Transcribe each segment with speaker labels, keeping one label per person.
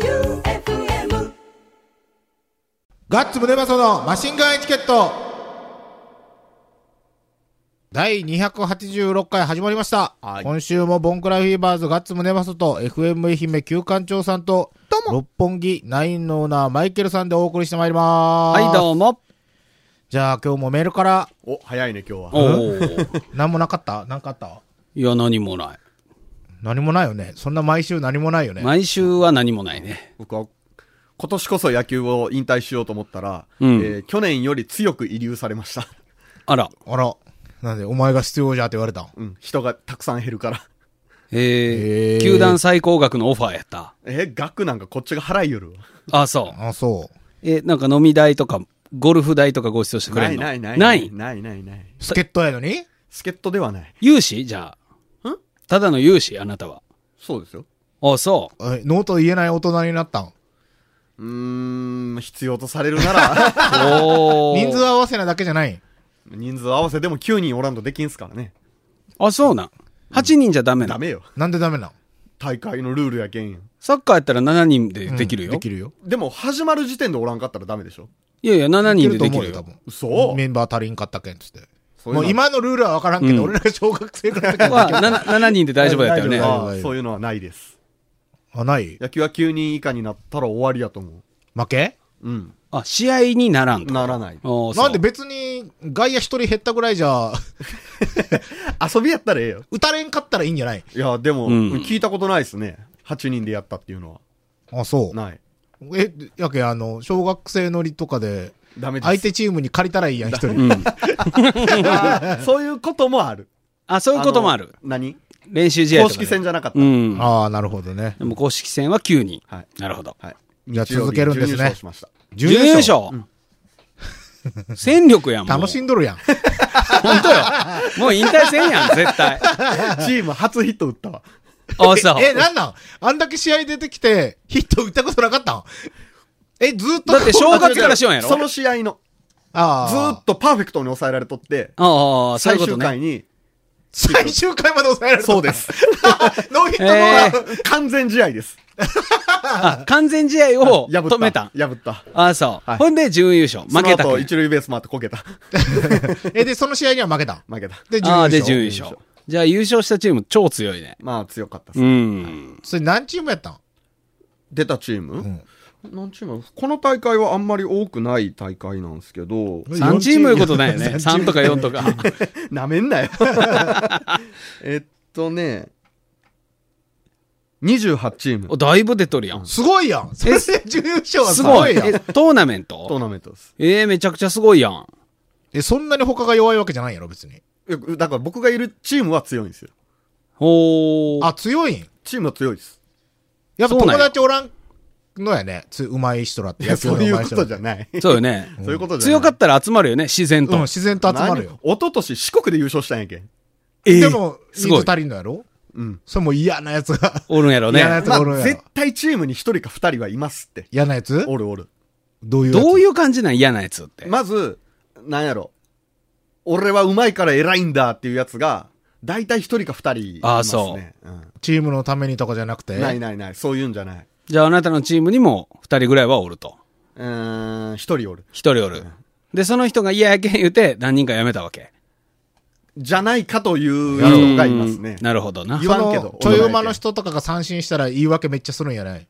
Speaker 1: J-O-E-U-F-M
Speaker 2: ガッツムネマソのマシンガンエチケット第286回始まりました、
Speaker 3: はい
Speaker 2: 今週もボンクラフィーバーズガッツムネマソと FM 愛媛旧館長さんと六本木ナインのオーナーマイケルさんでお送りしてまいります
Speaker 3: はい、どうも。
Speaker 2: じゃあ今日もメールから
Speaker 4: お、早いね、今日は。
Speaker 3: おー
Speaker 2: 何もなかった何かあった
Speaker 3: いや、何もな
Speaker 2: 何もないよねそんな毎週何もないよね
Speaker 3: い。毎週は何もないね。
Speaker 4: 僕は、今年こそ野球を引退しようと思ったら、
Speaker 3: うん
Speaker 4: えー去年より強く遺留されました。
Speaker 3: あら、
Speaker 2: あらなんでお前が必要じゃって言われたん
Speaker 4: うん、人がたくさん減るから。
Speaker 2: へ
Speaker 3: え
Speaker 2: ー
Speaker 3: ー球団最高額のオファーやった。
Speaker 4: えー、額なんかこっちが払いよるわ。
Speaker 3: あ、そう。
Speaker 2: あそう
Speaker 3: え、なんか飲み代とか、ゴルフ代とかご馳走してくれ
Speaker 4: な
Speaker 3: る
Speaker 4: い
Speaker 3: の
Speaker 4: ないない
Speaker 3: ない
Speaker 4: ないないない。
Speaker 2: 助っ人やのに
Speaker 4: 助っ人ではない。
Speaker 3: 融資じゃあ。
Speaker 4: ん
Speaker 3: ただの融資あなたは。
Speaker 4: そうですよ。
Speaker 3: あ、そ
Speaker 2: えノーと言えない大人になったん
Speaker 4: うーん、必要とされるなら、
Speaker 3: う。 おー
Speaker 2: 人数合わせなだけじゃないん
Speaker 4: 人数合わせでも9人おらんとできんすからね。
Speaker 3: あ、そうなん。8人じゃダメ
Speaker 4: ダ
Speaker 3: なの
Speaker 4: メよ。
Speaker 2: なんでダメなん
Speaker 4: 大会のルールやけんよ。
Speaker 3: サッカーやったら7人でできる
Speaker 2: うん
Speaker 3: よ
Speaker 2: で。きるよ。
Speaker 4: でも、始まる時点でおらんかったらダメでしょ。
Speaker 3: いやいや、7人で
Speaker 2: と
Speaker 3: でき
Speaker 2: 思う
Speaker 3: る
Speaker 2: よ、多
Speaker 3: よ。
Speaker 2: 分。
Speaker 4: 嘘
Speaker 2: メンバー足りんかったけん、つって。
Speaker 4: そういう
Speaker 2: も
Speaker 4: の
Speaker 2: う今のルールはわからんけど、俺らが小学生くらい の時
Speaker 3: は7、7人で大丈夫や ったよね。
Speaker 2: 大丈夫
Speaker 4: はそういうのはないです。
Speaker 2: あ、ない
Speaker 4: 野球は9人以下になったら終わりやと思
Speaker 2: 負け
Speaker 4: う。うん。
Speaker 3: あ、試合にならんと。
Speaker 4: ならない。
Speaker 3: おーそう
Speaker 2: なんで別に、外野一人減ったぐらいじゃ、
Speaker 4: 遊びやったらええよ。
Speaker 2: 打たれんかったらいいんじゃない
Speaker 4: いや、でも、
Speaker 3: うん
Speaker 4: 聞いたことないですね。8人でやったっていうのは。
Speaker 2: あ、そう。
Speaker 4: ない。
Speaker 2: え、やけ、あの、小学生乗りとかで、
Speaker 4: ダメです。
Speaker 2: 相手チームに借りたらいいやん、一人。
Speaker 3: うん。
Speaker 4: あー そういうこともある。
Speaker 3: あ、そういうこともある。
Speaker 4: の。何
Speaker 3: 練習試合と
Speaker 4: 公
Speaker 3: かで
Speaker 4: 式戦じゃなかった。
Speaker 3: うん。
Speaker 2: ああ、なるほどね。
Speaker 3: でも公式戦は9人。
Speaker 4: はい。
Speaker 3: なるほど。
Speaker 4: はい。
Speaker 2: じゃあ続けるんですね
Speaker 4: 日曜日準優勝しました。
Speaker 3: 準優勝、戦力やん。もう
Speaker 2: 楽しんどるやん。
Speaker 3: 本当よ。もう引退せんやん、絶対。
Speaker 4: チーム初ヒット打ったわ。
Speaker 3: あ、そう。
Speaker 2: え、なんなんあんだけ試合出てきて、ヒット打ったことなかったんえ、ずーっと。
Speaker 3: だって正月からしようやろ。
Speaker 4: その試合の、
Speaker 2: あ
Speaker 4: ず
Speaker 2: あ
Speaker 4: ーっとパーフェクトに抑えられとって、
Speaker 3: ああ、そ
Speaker 4: 最
Speaker 3: ういうこ
Speaker 4: 終
Speaker 3: とね。
Speaker 4: 回に、
Speaker 2: 最終回まで抑えられた。
Speaker 4: そ うです。
Speaker 2: ノーヒットノーラン
Speaker 3: えー
Speaker 4: 完全試合です。
Speaker 3: あ、完全試合を
Speaker 4: 破った。
Speaker 3: 止めたん。
Speaker 4: 破った。
Speaker 3: あ、そう。
Speaker 4: はい
Speaker 3: ほんで準優勝。負けた
Speaker 4: その後、
Speaker 3: くない
Speaker 4: 一塁ベース回ってこけた。
Speaker 2: え、で、その試合には負けた。
Speaker 4: 負けた。
Speaker 2: で、準優
Speaker 3: ああ、
Speaker 2: 勝。
Speaker 3: で準優勝。じゃあ優勝したチーム超強いね。
Speaker 4: まあ、強かったっす、
Speaker 3: うん。
Speaker 2: それ何チームやったん
Speaker 4: 出たチーム、何チームこの大会はあんまり多くない大会なんですけど、
Speaker 3: 3チームいうことないよね。3とか4とか。
Speaker 4: なめんなよ。 えっとね、28チーム
Speaker 3: お、、だいぶ出とるやん。
Speaker 2: すごいやん。それで準優勝は
Speaker 3: す
Speaker 2: す
Speaker 3: ご
Speaker 2: ご
Speaker 3: い。
Speaker 2: いや
Speaker 3: え
Speaker 2: ん。
Speaker 3: トーナメン
Speaker 4: トー
Speaker 3: ト
Speaker 4: ナメントです。
Speaker 3: ええ、めちゃくちゃすごいやん。
Speaker 2: え、そんなに他が弱いわけじゃないやろ、別に。
Speaker 4: いやだから僕がいるチームは強いんですよ。
Speaker 3: おー。
Speaker 2: あ、強いん。
Speaker 4: チームは強いです。
Speaker 2: やっぱ
Speaker 3: そうなん
Speaker 2: 友
Speaker 3: や
Speaker 2: 達おらんのやね。つ、うまい人らって。
Speaker 4: いや、そういうことじ
Speaker 2: ゃ
Speaker 4: ゃない。
Speaker 3: そうよね。
Speaker 4: そういうことじゃな
Speaker 3: 強
Speaker 4: い。
Speaker 3: かったら集まるよね、自
Speaker 2: う
Speaker 3: 然
Speaker 2: ん、
Speaker 3: と。
Speaker 2: 自然と集まるよ。
Speaker 4: 何。一昨年四国で優勝したんやけん。
Speaker 3: ええ
Speaker 2: でも、
Speaker 3: す
Speaker 2: 人
Speaker 3: ごい
Speaker 2: 数足りんのやろ
Speaker 4: うん。
Speaker 2: それもう嫌なやつが。
Speaker 3: おるんやろ
Speaker 2: 嫌なや
Speaker 3: ね。
Speaker 2: つ
Speaker 4: ま
Speaker 2: がおるん
Speaker 4: あ、
Speaker 2: やろ
Speaker 4: 絶。対チームに一人か二人はいますって。
Speaker 2: 嫌なやつ
Speaker 4: おるおる。
Speaker 2: どういうやつ
Speaker 3: どういう感じなん嫌なやつって。
Speaker 4: まず、なんやろ。俺は上手いから偉いんだっていうやつが、大体一人か二人いますね。あそう、
Speaker 2: チームのためにとかじゃなくて。
Speaker 4: ん。ないないない。そういうんじゃない。
Speaker 3: じゃああなたのチームにも2人ぐらいはおると。
Speaker 4: うーん、一人おる。
Speaker 3: 1人おる。で、その人が嫌やけん言うて何人か辞めたわけ。
Speaker 4: じゃないかという
Speaker 3: う
Speaker 4: やつがいますね
Speaker 3: ん。なるほどな
Speaker 4: 言。わんけど
Speaker 2: そのちょい馬の
Speaker 4: 俺だけ
Speaker 2: 人とかが三振したら言い訳めっちゃするんやない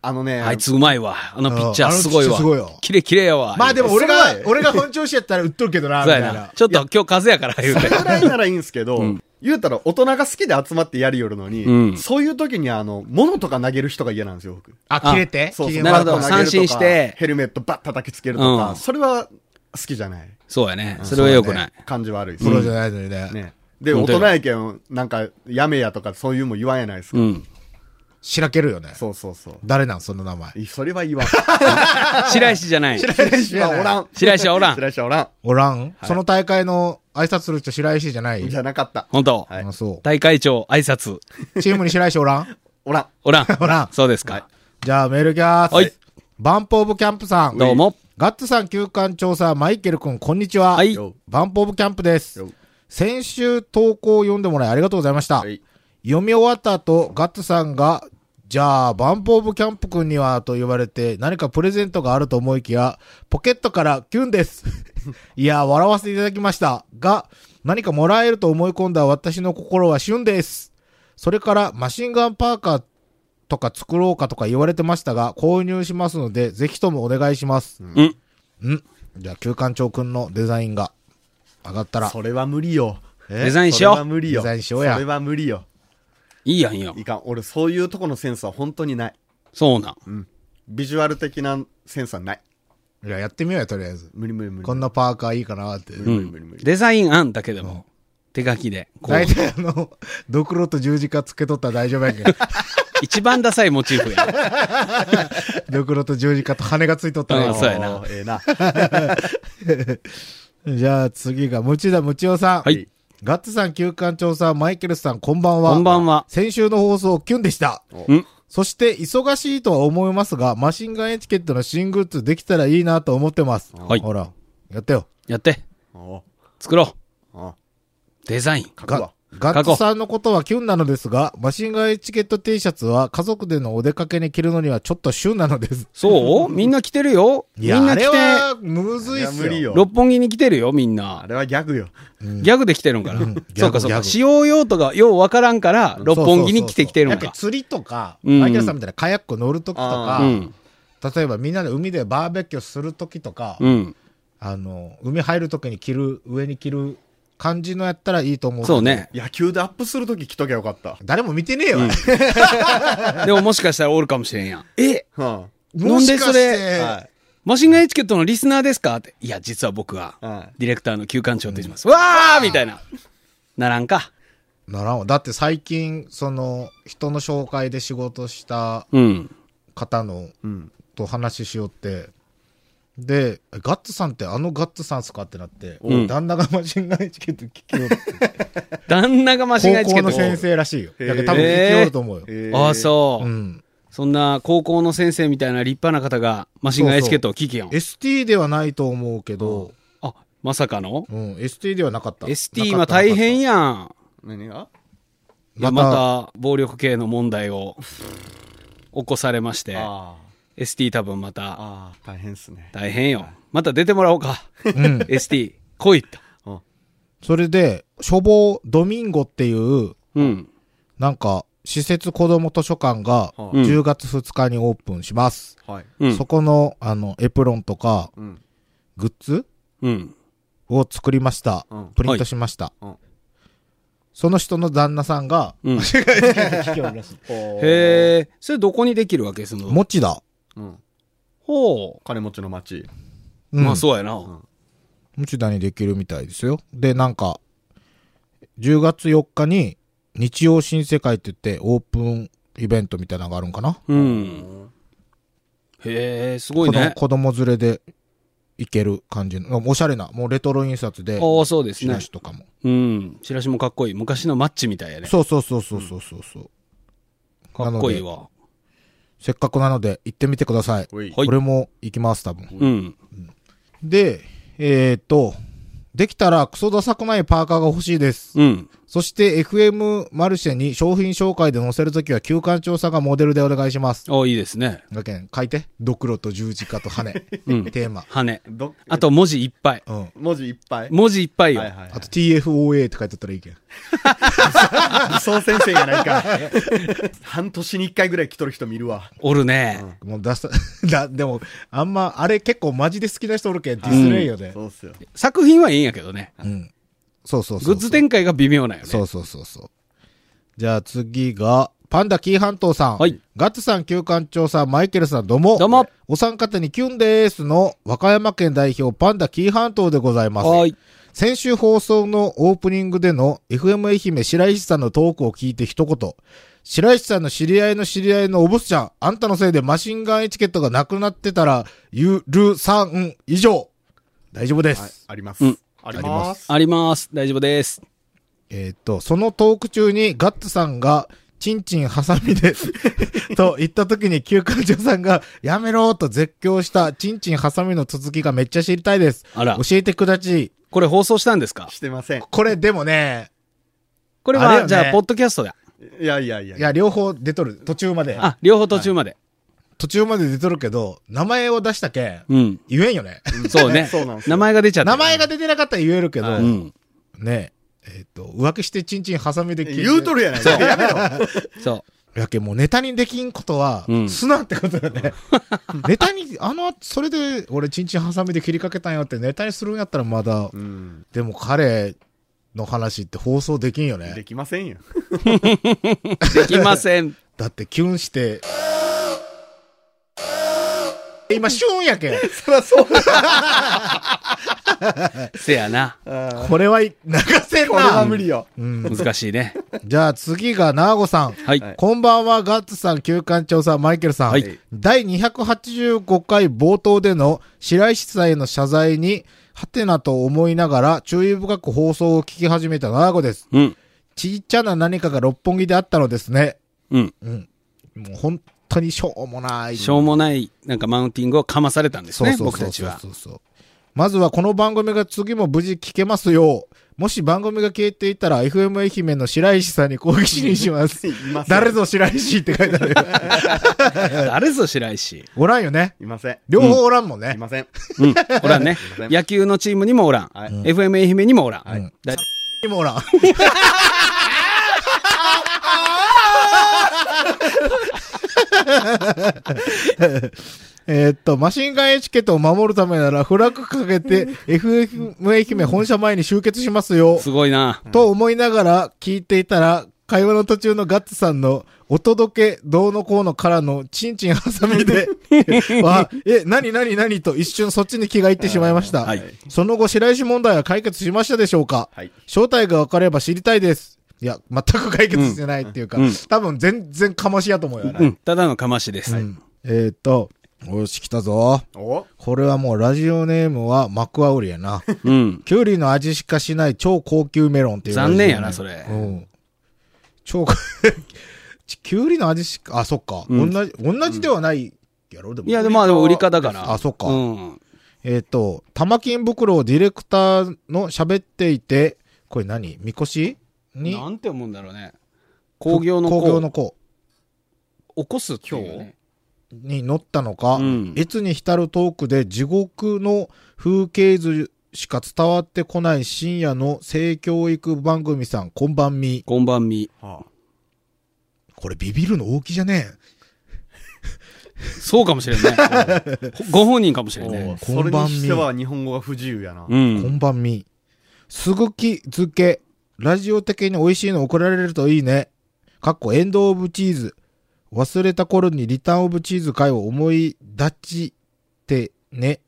Speaker 4: あのね、
Speaker 3: あいつうまいわ。あのピッチャー
Speaker 2: うんあの
Speaker 3: すごい
Speaker 2: ピッチャー
Speaker 3: わ
Speaker 2: すごいよ。
Speaker 3: キレキレやわ。
Speaker 2: まあでも俺が
Speaker 4: す、ごい
Speaker 2: 俺が本調子やったら売っとるけどな、
Speaker 3: 言
Speaker 2: み
Speaker 3: う
Speaker 2: た
Speaker 3: て
Speaker 2: い
Speaker 3: そうやな
Speaker 2: な。。
Speaker 3: ちょっと今日風やから言う て。
Speaker 4: ぐらいならいいんすけど、
Speaker 3: ん
Speaker 4: 言うたら大人が好きで集まってやりよるのに、
Speaker 3: うん
Speaker 4: そういう時にあの、物とか投げる人が嫌なんですよ、僕。
Speaker 2: あ、切れて
Speaker 4: そう
Speaker 2: 機
Speaker 4: そ
Speaker 2: 嫌
Speaker 4: う。
Speaker 3: なるほど
Speaker 4: バット投げとか
Speaker 3: 三振して
Speaker 4: ヘルメットバッ叩きつけるとか、
Speaker 3: うん
Speaker 4: それは好きじゃない。
Speaker 3: そうやね。それは良くない。
Speaker 4: 感じ悪いです
Speaker 2: プロじゃないのにね。
Speaker 4: ね。で、大
Speaker 3: 本当よ
Speaker 4: 人やけん、なんか、やめやとかそういうも言わんやないですか。
Speaker 3: うん。
Speaker 2: しらけるよね。
Speaker 4: そうそうそう。
Speaker 2: 誰なん、その名前。
Speaker 4: いそれは 言わん。
Speaker 3: 白石じゃない。
Speaker 4: 白石はおらん。
Speaker 3: 白石はおらん
Speaker 4: 白石はおらん。
Speaker 2: おらん、その大会の挨拶する人白石じゃない
Speaker 4: じゃなかった。
Speaker 3: 本当。
Speaker 4: はい
Speaker 2: あ、そ
Speaker 3: 大会長挨拶。
Speaker 2: う。チームに白石おらん
Speaker 4: おらん。
Speaker 3: おらん。
Speaker 2: おらん。
Speaker 3: そうですか。
Speaker 2: じゃあメールいきます。
Speaker 3: はい。
Speaker 2: バンプオブキャンプさん。
Speaker 3: どう。も。
Speaker 2: ガッツさん、休館調査、マイケル君、こんにちは。
Speaker 3: はい。
Speaker 4: よ
Speaker 2: バンプオブキャンプです
Speaker 4: よ。
Speaker 2: 先週投稿を読んでもらいありがとうございました。
Speaker 4: はい。
Speaker 2: 読み終わった後、ガッツさんがじゃあ、バンプオブキャンプ君にはと言われて、何かプレゼントがあると思いきや、ポケットからキュンです。 いや、笑わせていただきました。が、何かもらえると思い込んだ私の心は旬です。それから、マシンガンパーカーとか作ろうかとか言われてましたが、購入しますので、ぜひともお願いします。うんうん。じゃあ、旧館長くんのデザインが上がったら、
Speaker 4: それは無理よ。え
Speaker 3: デザインしよ
Speaker 4: そ
Speaker 3: う
Speaker 4: れは無理よ。
Speaker 2: デザインしようや
Speaker 4: それは無理よ。
Speaker 3: いいやんよ
Speaker 4: い。かん。俺、そういうとこのセンスは本当にない。
Speaker 3: そうなん。
Speaker 4: ビジュアル的なセンスはない。
Speaker 2: いや、やってみようよ、とりあえず。
Speaker 4: 無理無理無理。
Speaker 2: こんなパーカーいいかなって。
Speaker 4: 無
Speaker 3: う
Speaker 4: 理無理無理無
Speaker 3: ん。
Speaker 4: 理。
Speaker 3: デザイン案だけでも、手書きで。こう
Speaker 2: 大体あの、ドクロと十字架つけとったら大丈夫や けど、
Speaker 3: 一番ダサいモチーフや。
Speaker 2: ドクロと十字架と羽がついとった
Speaker 3: う
Speaker 2: ら
Speaker 3: んそうやな
Speaker 4: おーええ な。
Speaker 2: じゃあ次が、ムチだムチおさん。
Speaker 3: はい。
Speaker 2: ガッツさん、旧館長さん、マイケルさん、こんばんは。
Speaker 3: こんばんは
Speaker 2: 先週の放送、キュンでした。
Speaker 3: うん
Speaker 2: そして、忙しいとは思いますが、マシンガンエチケットの新グッズできたらいいなと思ってます。
Speaker 3: はい
Speaker 2: ほら、やってよ。
Speaker 3: やって。
Speaker 4: おー
Speaker 3: 作ろ
Speaker 4: おー
Speaker 3: う。デザイン。
Speaker 4: 書く
Speaker 2: ガ
Speaker 4: わ。
Speaker 2: ガッツさんのことはキュンなのですが、マシンガンエチケット T シャツは家族でのお出かけに着るのにはちょっと旬なのです。
Speaker 3: そうみんな来てるよ。
Speaker 2: い
Speaker 3: み
Speaker 2: や、
Speaker 3: ん
Speaker 2: あ
Speaker 3: な来
Speaker 2: れ
Speaker 3: て、
Speaker 2: は、むずいっ
Speaker 4: い
Speaker 2: す
Speaker 4: や
Speaker 2: よ。
Speaker 4: 無理よ
Speaker 3: 六本木に来てるよ、みん
Speaker 4: あ
Speaker 3: な。
Speaker 4: れはギャグよ。
Speaker 3: ギャグで来てるんかな。
Speaker 2: グ
Speaker 3: そうかそう
Speaker 2: ギャ
Speaker 3: か。
Speaker 2: グ
Speaker 3: 使用用途がようわからんから、六本木に来てきてる
Speaker 2: や
Speaker 3: ん
Speaker 2: っぱり
Speaker 3: か。
Speaker 2: 釣りとか、
Speaker 3: うん
Speaker 2: マイケルさんみたいなカヤック乗るときとか
Speaker 4: あ、
Speaker 3: うん。
Speaker 2: 例えばみんなで海でバーベキューするときとか、
Speaker 3: うん。
Speaker 2: あの、海入るときに着る、上に着る感じのやったらいいと思う。
Speaker 3: そう。ね。
Speaker 4: 野球でアップするとき着ときゃよかった。
Speaker 2: 誰も見てねえよ。
Speaker 3: でももしかしたらおるかもしれんやん。え
Speaker 4: は
Speaker 2: もしかし
Speaker 3: なんでそ
Speaker 4: い。
Speaker 2: て、
Speaker 4: は
Speaker 3: マシンガンエチケットのリスナーですかって。いや、実は僕は、
Speaker 4: はい
Speaker 3: ディレクターの休館長と言います。わーみたいな。ならんか。
Speaker 2: ならんわだって最近、その、人の紹介で仕事した
Speaker 3: うん。
Speaker 2: 方の、
Speaker 4: い。うん。
Speaker 2: と話しよって、で、えガッツさんってあのガッツさんっすかってなって、
Speaker 3: うん
Speaker 2: 旦那がマシンガンエチケット聞きよるって。
Speaker 3: 旦那がマシンガンエチケ
Speaker 2: 高校
Speaker 3: ット
Speaker 2: の
Speaker 3: を
Speaker 2: 先生らしいよ。
Speaker 4: へ
Speaker 2: だ
Speaker 4: ー
Speaker 2: から多分聞きよると思うよ。
Speaker 4: え
Speaker 3: ああ、
Speaker 4: う。
Speaker 3: そうう、
Speaker 2: ん。
Speaker 3: そんな高校の先生みたいな立派な方がマシンガンエチケットを聞きやん。
Speaker 2: ST ではないと思うけど、
Speaker 3: あ、まさかの
Speaker 2: うん、ST ではなかった。
Speaker 3: ?ST 今大変
Speaker 2: や。
Speaker 3: やん。
Speaker 4: 何が
Speaker 3: いや
Speaker 2: また
Speaker 3: また暴力系の問題を起こされまして、
Speaker 4: あ
Speaker 3: ST 多分また
Speaker 4: あ。ああ、大変っすね。
Speaker 3: 大変よ。また出てもらおう か。ST、来いと。
Speaker 4: うん。
Speaker 2: それで、処方ドミンゴっていう、
Speaker 3: うん。
Speaker 2: なんか、施設子ども図書館が、
Speaker 4: は
Speaker 3: うん
Speaker 2: 10月2日にオープンします。
Speaker 4: はい。
Speaker 3: うん
Speaker 2: そ。この、あの、エプロンとか、
Speaker 4: うん。
Speaker 2: グッズ
Speaker 3: うん。
Speaker 2: を作りました
Speaker 4: うん。
Speaker 2: プリントしました。
Speaker 4: うん
Speaker 2: その人の旦那さんが、
Speaker 3: うん、
Speaker 4: へえ。
Speaker 3: へえ、それどこにできるわけその。
Speaker 2: もちだ。
Speaker 4: うん。
Speaker 3: ほ
Speaker 4: 金持ちの街。
Speaker 3: う。
Speaker 2: うん
Speaker 3: まあそうやな。
Speaker 2: もちだにできるみたいですよ。で、なんか、10月4日に、日曜新世界って言って、オープンイベントみたいなのがあるんかな。
Speaker 3: うん。へえ、すごい
Speaker 2: 子供
Speaker 3: ね。
Speaker 2: 子供連れで行ける感じの、おしゃれな、もうレトロ印刷で、
Speaker 3: ああ、そうです
Speaker 2: チ
Speaker 3: ね
Speaker 2: ラ。シとかも。
Speaker 3: うん。チラシもかっこいい。昔のマッチみたいやね。
Speaker 2: そうそうそうそうそうそうそう。
Speaker 3: かっこいい
Speaker 2: なので
Speaker 3: わ。
Speaker 2: せっかくなので行ってみてください。
Speaker 4: おい
Speaker 3: はい
Speaker 2: これも行きます、多分。
Speaker 3: うん。
Speaker 2: で、えー、っと、できたらクソダサくないパーカーが欲しいです。
Speaker 3: うん。
Speaker 2: そして FM マルシェに商品紹介で載せるときは休館調査がモデルでお願いします。
Speaker 3: ああ、いいですね。
Speaker 2: だけん、書いて。ドクロと十字架と羽。テ
Speaker 3: うん
Speaker 2: ーマ。
Speaker 3: 羽。
Speaker 4: ど、
Speaker 3: あと文字いっぱい。
Speaker 2: うん。
Speaker 4: 文字いっぱい。
Speaker 3: 文字いっぱいよ
Speaker 4: はい。はい
Speaker 2: あと TFOA って書いてあったらいいけん。
Speaker 4: はい。そう先生やないか。半年に一回ぐらい来とる人見るわ。
Speaker 3: おるね。
Speaker 2: もう出さ、 だ、でも、あんま、あれ結構マジで好きな人おるけん、ディスレイよね。
Speaker 4: そうっすよ。
Speaker 3: 作品はいいんやけどね。
Speaker 2: うん。そうそうそうそ
Speaker 3: グ
Speaker 2: う。
Speaker 3: ッズ展開が微妙なんよね。
Speaker 2: そうそうそうそう。じゃあ次が、パンダ紀伊半島さん。
Speaker 3: はい
Speaker 2: ガッツさん、旧館長さん、マイケルさん、どうも。
Speaker 3: どうも。
Speaker 2: お三方にキュンでーすの、和歌山県代表、パンダ紀伊半島でございます。
Speaker 3: はーい。
Speaker 2: 先週放送のオープニングでの FM 愛媛白石さんのトークを聞いて一言。白石さんの知り合いの知り合いのおぼすちゃん、あんたのせいでマシンガンエチケットがなくなってたら、ゆるさん以上。大丈夫です。
Speaker 4: はい。あります
Speaker 3: うん。
Speaker 4: あ
Speaker 2: ります。
Speaker 3: あります。大丈夫です。
Speaker 2: えーっと、そのトーク中にガッツさんが、チンチンハサミで、 と言った時に休館長さんが、やめろーと絶叫した、チンチンハサミの続きがめっちゃ知りたいです。
Speaker 3: あら
Speaker 2: 教えてくだち。
Speaker 3: これ放送したんですか
Speaker 4: してません。
Speaker 2: これでもね、
Speaker 3: これ
Speaker 2: あれよ
Speaker 3: は、
Speaker 2: ね
Speaker 3: じゃあ、ポッドキャストだ。
Speaker 4: いやいやいや
Speaker 2: いや、両方出とる。途中まで。
Speaker 3: あ、両方途中まで。
Speaker 2: 途中まで出とるけど、名前を出したけん、
Speaker 3: うん。
Speaker 2: 言えんよね。
Speaker 3: そうね
Speaker 4: そうなんで。すよ
Speaker 3: 名前が出ちゃった。
Speaker 2: 名前が出てなかったら言えるけど、
Speaker 3: うん。
Speaker 2: ねえ、えっ、と、浮気してチンチンハサミで切
Speaker 4: 言うとるやないか。やめろ。
Speaker 3: そ
Speaker 2: やけんもうネタにできんことは
Speaker 3: う、ん
Speaker 2: すなってことだね。 ネタに、あの、それで俺チンチンハサミで切りかけたんよってネタにするんやったらまだ、
Speaker 4: うん。
Speaker 2: でも彼の話って放送できんよね
Speaker 4: で。きませんよ。
Speaker 3: う。できません。
Speaker 2: だってキュンして、今、シュンやけん。
Speaker 4: そりゃそう だ。
Speaker 3: せやな。
Speaker 2: これは流せん
Speaker 4: これは
Speaker 2: な。
Speaker 4: 無理よ。
Speaker 2: うん、
Speaker 3: 難しいね。
Speaker 2: じゃあ次が、ナーゴさん。
Speaker 3: はい。
Speaker 4: はい
Speaker 2: こんばんは、ガッツさん、休館長さん、マイケルさん。
Speaker 3: はい
Speaker 2: 第285回冒頭での白石さんへの謝罪に、ハテナと思いながら注意深く放送を聞き始めたナーゴです。
Speaker 3: うん。
Speaker 2: ちっちゃな何かが六本木であったのですね。
Speaker 3: うん。
Speaker 2: うん。もう本当にしょうもない。
Speaker 3: しょうもない、なんかマウンティングをかまされたんです
Speaker 2: そう
Speaker 3: ね、
Speaker 2: そう
Speaker 3: 僕
Speaker 2: そ
Speaker 3: た
Speaker 2: う
Speaker 3: ち
Speaker 2: そう
Speaker 3: は。
Speaker 2: そうそう。まずはこの番組が次も無事聞けますよう。もし番組が消えていたら FM 愛媛の白石さんに攻撃しにし ます
Speaker 4: い。ません。
Speaker 2: 誰ぞ白石って書いてあるよ。
Speaker 3: 誰ぞ白石。
Speaker 2: おらんよね。
Speaker 4: いません。
Speaker 2: 両方おらんもん
Speaker 4: い
Speaker 2: ね。
Speaker 4: ません。
Speaker 3: うん。おらんね
Speaker 4: ませ。ん
Speaker 3: 野球のチームにもおらん。
Speaker 4: はい
Speaker 3: FM 愛媛にもおら
Speaker 4: はい
Speaker 3: ん。だ
Speaker 2: にもおらん。えーっと、マシンガンエチケットを守るためならフラッグかけて FM 愛媛本社前に集結しますよ。
Speaker 3: すごいな。
Speaker 2: と思いながら聞いていたら、会話の途中のガッツさんの、お届け、どうのこうのからの、チンチンハサミ で、は、え、なになになにと一瞬そっちに気がいってしまいました。
Speaker 3: はい
Speaker 2: その後、白石問題は解決しましたでしょうか
Speaker 4: はい。
Speaker 2: 正体が分かれば知りたいです。いや、全く解決してないっていうか、
Speaker 3: うんうん
Speaker 2: 多分全然かましやと思うよね。
Speaker 3: うん。ただのかましで
Speaker 2: う
Speaker 3: す。
Speaker 2: んえー、っと、よし、来たぞ。
Speaker 4: お
Speaker 2: これはもうラジオネームはマクアウリやな。
Speaker 3: うん。
Speaker 2: キュウリの味しかしない超高級メロンっていう。
Speaker 3: 残念やなそれ
Speaker 2: うん。超、 キュウリの味しか、あ、そっか。
Speaker 3: うん
Speaker 2: 同じ、同じではないやろでも。
Speaker 3: いや、でもまあでも売り方だから。
Speaker 2: あそっか
Speaker 3: うん。
Speaker 2: えっ、と、玉金袋をディレクターの喋っていて、これ何みこしに
Speaker 3: なんて思うんだろうね。工業の
Speaker 2: 工業の
Speaker 3: 工。
Speaker 2: 子
Speaker 3: 起こす今日。
Speaker 2: に乗ったのか、
Speaker 3: うん
Speaker 2: いつに浸るトークで地獄の風景図しか伝わってこない深夜の性教育番組さん、こんばんみ。
Speaker 3: こんばんみ。
Speaker 4: は
Speaker 2: これビビるの大きじゃねえ。
Speaker 3: そうかもしれんね。ご本人かもしれんね。
Speaker 4: それにしては日本語が不自由やな。
Speaker 3: う
Speaker 2: こ
Speaker 3: ん。
Speaker 2: んばんみ。すぐき漬け。ラジオ的に美味しいの送られるといいね。かっこエンドオブチーズ。忘れた頃にリターンオブチーズ会を思い立ちてね。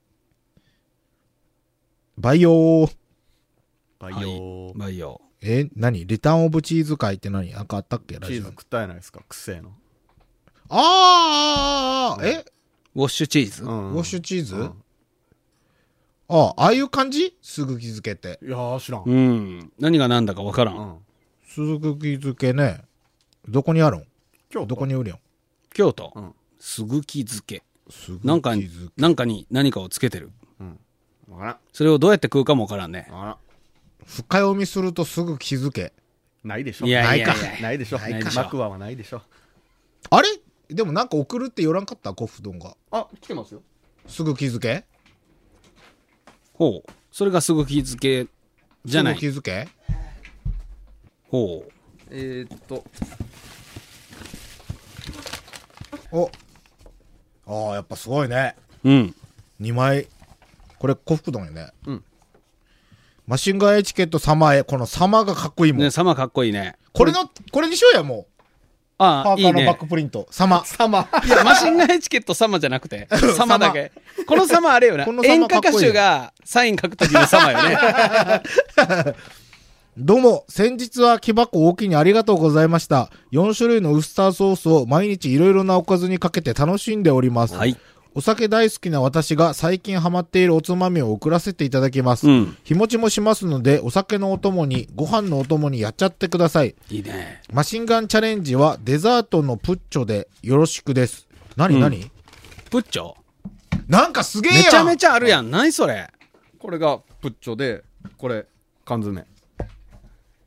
Speaker 2: バイオー。
Speaker 4: バイオー
Speaker 3: まあいいよ。
Speaker 2: え、何リターンオブチーズ会って何なんかあったっけラ
Speaker 4: チ
Speaker 2: ジ
Speaker 4: ーズ
Speaker 2: オ。
Speaker 4: 食ったやないですか。くせえの。
Speaker 2: あーあーあーえ、
Speaker 3: ウォッシュチーズ。
Speaker 4: ん
Speaker 2: ウォッシュチーズ、
Speaker 4: うん
Speaker 2: ああ、ああいう感じすぐき漬けって。
Speaker 4: いやー知らん。う
Speaker 3: うん。何が何だかわからん。
Speaker 4: ん。
Speaker 2: すぐき漬けね。どこにあるん
Speaker 4: 今日
Speaker 2: どこに売るん
Speaker 3: 京都
Speaker 4: うん。
Speaker 3: すぐき漬け。
Speaker 2: すぐき
Speaker 3: なんか
Speaker 2: 漬
Speaker 3: に
Speaker 2: け。、
Speaker 3: なんかに何かをつけてる。
Speaker 4: わからん。
Speaker 3: それをどうやって食うかもわからんね。
Speaker 4: わからん。
Speaker 2: 深読みするとすぐ気づけ。
Speaker 4: ないでしょ。
Speaker 3: いやいやいや
Speaker 4: ないかないでしょ。
Speaker 3: ないか
Speaker 4: マクワはないでしょ。
Speaker 2: あれでもなんか送るって言わんかったコフドンが。
Speaker 4: あ、来てますよ。
Speaker 2: すぐ気づけ
Speaker 3: ほう。それがすぐき漬けじゃな
Speaker 2: すぐ
Speaker 3: い。
Speaker 2: 気づけ
Speaker 3: ほう。
Speaker 4: えーっと、
Speaker 2: お。ああ、やっぱすごいね。
Speaker 3: うん。
Speaker 2: 2枚。これコフドンよね。
Speaker 4: うん。
Speaker 2: マシンガンエチケット様へ。この様がかっこいいもん。
Speaker 3: ね、様かっこいいね。
Speaker 2: これの、これにしようや、もう。パ
Speaker 3: ああ、
Speaker 2: ー
Speaker 3: い
Speaker 2: カ
Speaker 3: い
Speaker 2: ーのバッ
Speaker 3: ね
Speaker 2: ク。プリント。様。様。
Speaker 3: いや、マシンガンエチケット様じゃな くて、様だけ。この様あれよな
Speaker 2: この。
Speaker 3: 演
Speaker 2: 様か
Speaker 3: 歌
Speaker 2: っこいい
Speaker 3: 歌手がサイン書くときの様よね。
Speaker 2: どうも、先日は木箱大きにありがとうございました。4種類のウスターソースを毎日いろいろなおかずにかけて楽しんでおります。
Speaker 3: はい。
Speaker 2: お酒大好きな私が最近ハマっているおつまみを送らせていただきます。
Speaker 3: うん
Speaker 2: 日持ちもしますので、お酒のお供に、ご飯のお供にやっちゃってください。
Speaker 3: いいね。
Speaker 2: マシンガンチャレンジはデザートのプッチョでよろしくです。なになに
Speaker 3: プッチョ
Speaker 2: なんかすげえやん
Speaker 3: めちゃめちゃあるやん。何それ。
Speaker 4: これがプッチョで、これ、缶詰。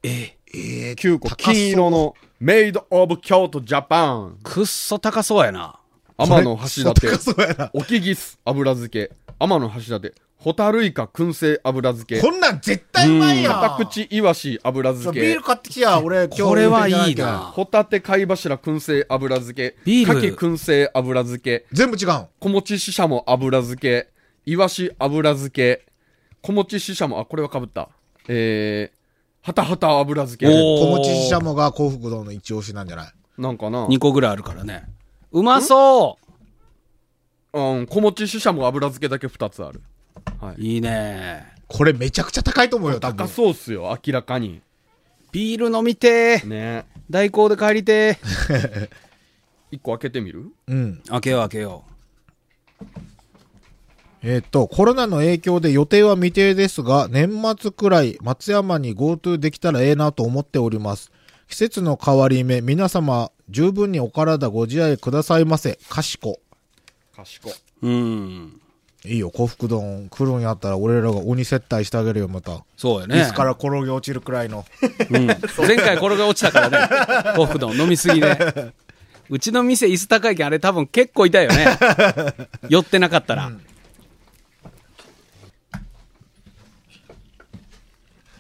Speaker 3: え
Speaker 2: ええ
Speaker 4: 9個、金色の、メイドオブ京都ジャパン。
Speaker 3: くっそ高そうやな。
Speaker 4: 天の橋立
Speaker 2: 高そうやな。
Speaker 4: オキギス油漬け、天の橋立ホタルイカ燻製油漬け、
Speaker 2: こんなん絶対うまいやん。
Speaker 4: 片口イワシ油
Speaker 2: そう
Speaker 4: 漬
Speaker 2: ビール
Speaker 4: け、
Speaker 2: 買ってきや、俺、今日
Speaker 3: これはいい
Speaker 2: 言うてんじゃけど
Speaker 3: な。
Speaker 4: ホタテ貝柱燻製油漬け、
Speaker 3: ビール
Speaker 4: 牡蠣燻製油漬け、
Speaker 2: 全部違うん。
Speaker 4: 小餅ししゃも油漬け、イワシ油漬け、小餅ししゃも、あ、これはかぶった。えー、はたはた油漬け。
Speaker 2: 小餅ししゃもが幸福堂の一押しなんじゃない
Speaker 4: なんかな。
Speaker 3: 2個ぐらいあるからね。うまそ
Speaker 4: うん、小餅ししゃも油漬けだけ2つある。は
Speaker 3: う
Speaker 4: い。
Speaker 3: いいね。
Speaker 2: これめちゃくちゃ高いと思うよ、多
Speaker 4: 高
Speaker 2: 分。
Speaker 4: そうっすよ、明らかに。
Speaker 3: ビール飲みてー。
Speaker 4: ね
Speaker 3: 代行で帰りてー。
Speaker 4: 一1個開けてみる
Speaker 2: うん。
Speaker 3: 開けよう開けよ
Speaker 2: えっ、と、コロナの影響で予定は未定ですが、年末くらい松山に GoTo できたらええなと思っております。季節の変わり目、皆様、十分にお体ご自愛くださいませ。かしこ。
Speaker 4: 賢。
Speaker 3: う。うん。
Speaker 2: いいよ、幸福丼来るんやったら俺らが鬼接待してあげるよ、また。
Speaker 3: そうやね。
Speaker 2: 椅子から転げ落ちるくらいの。
Speaker 3: うん前回これが落ちたからね。幸福丼飲みすぎね。うちの店椅子高いけんあれ多分結構痛いよね。寄ってなかったら。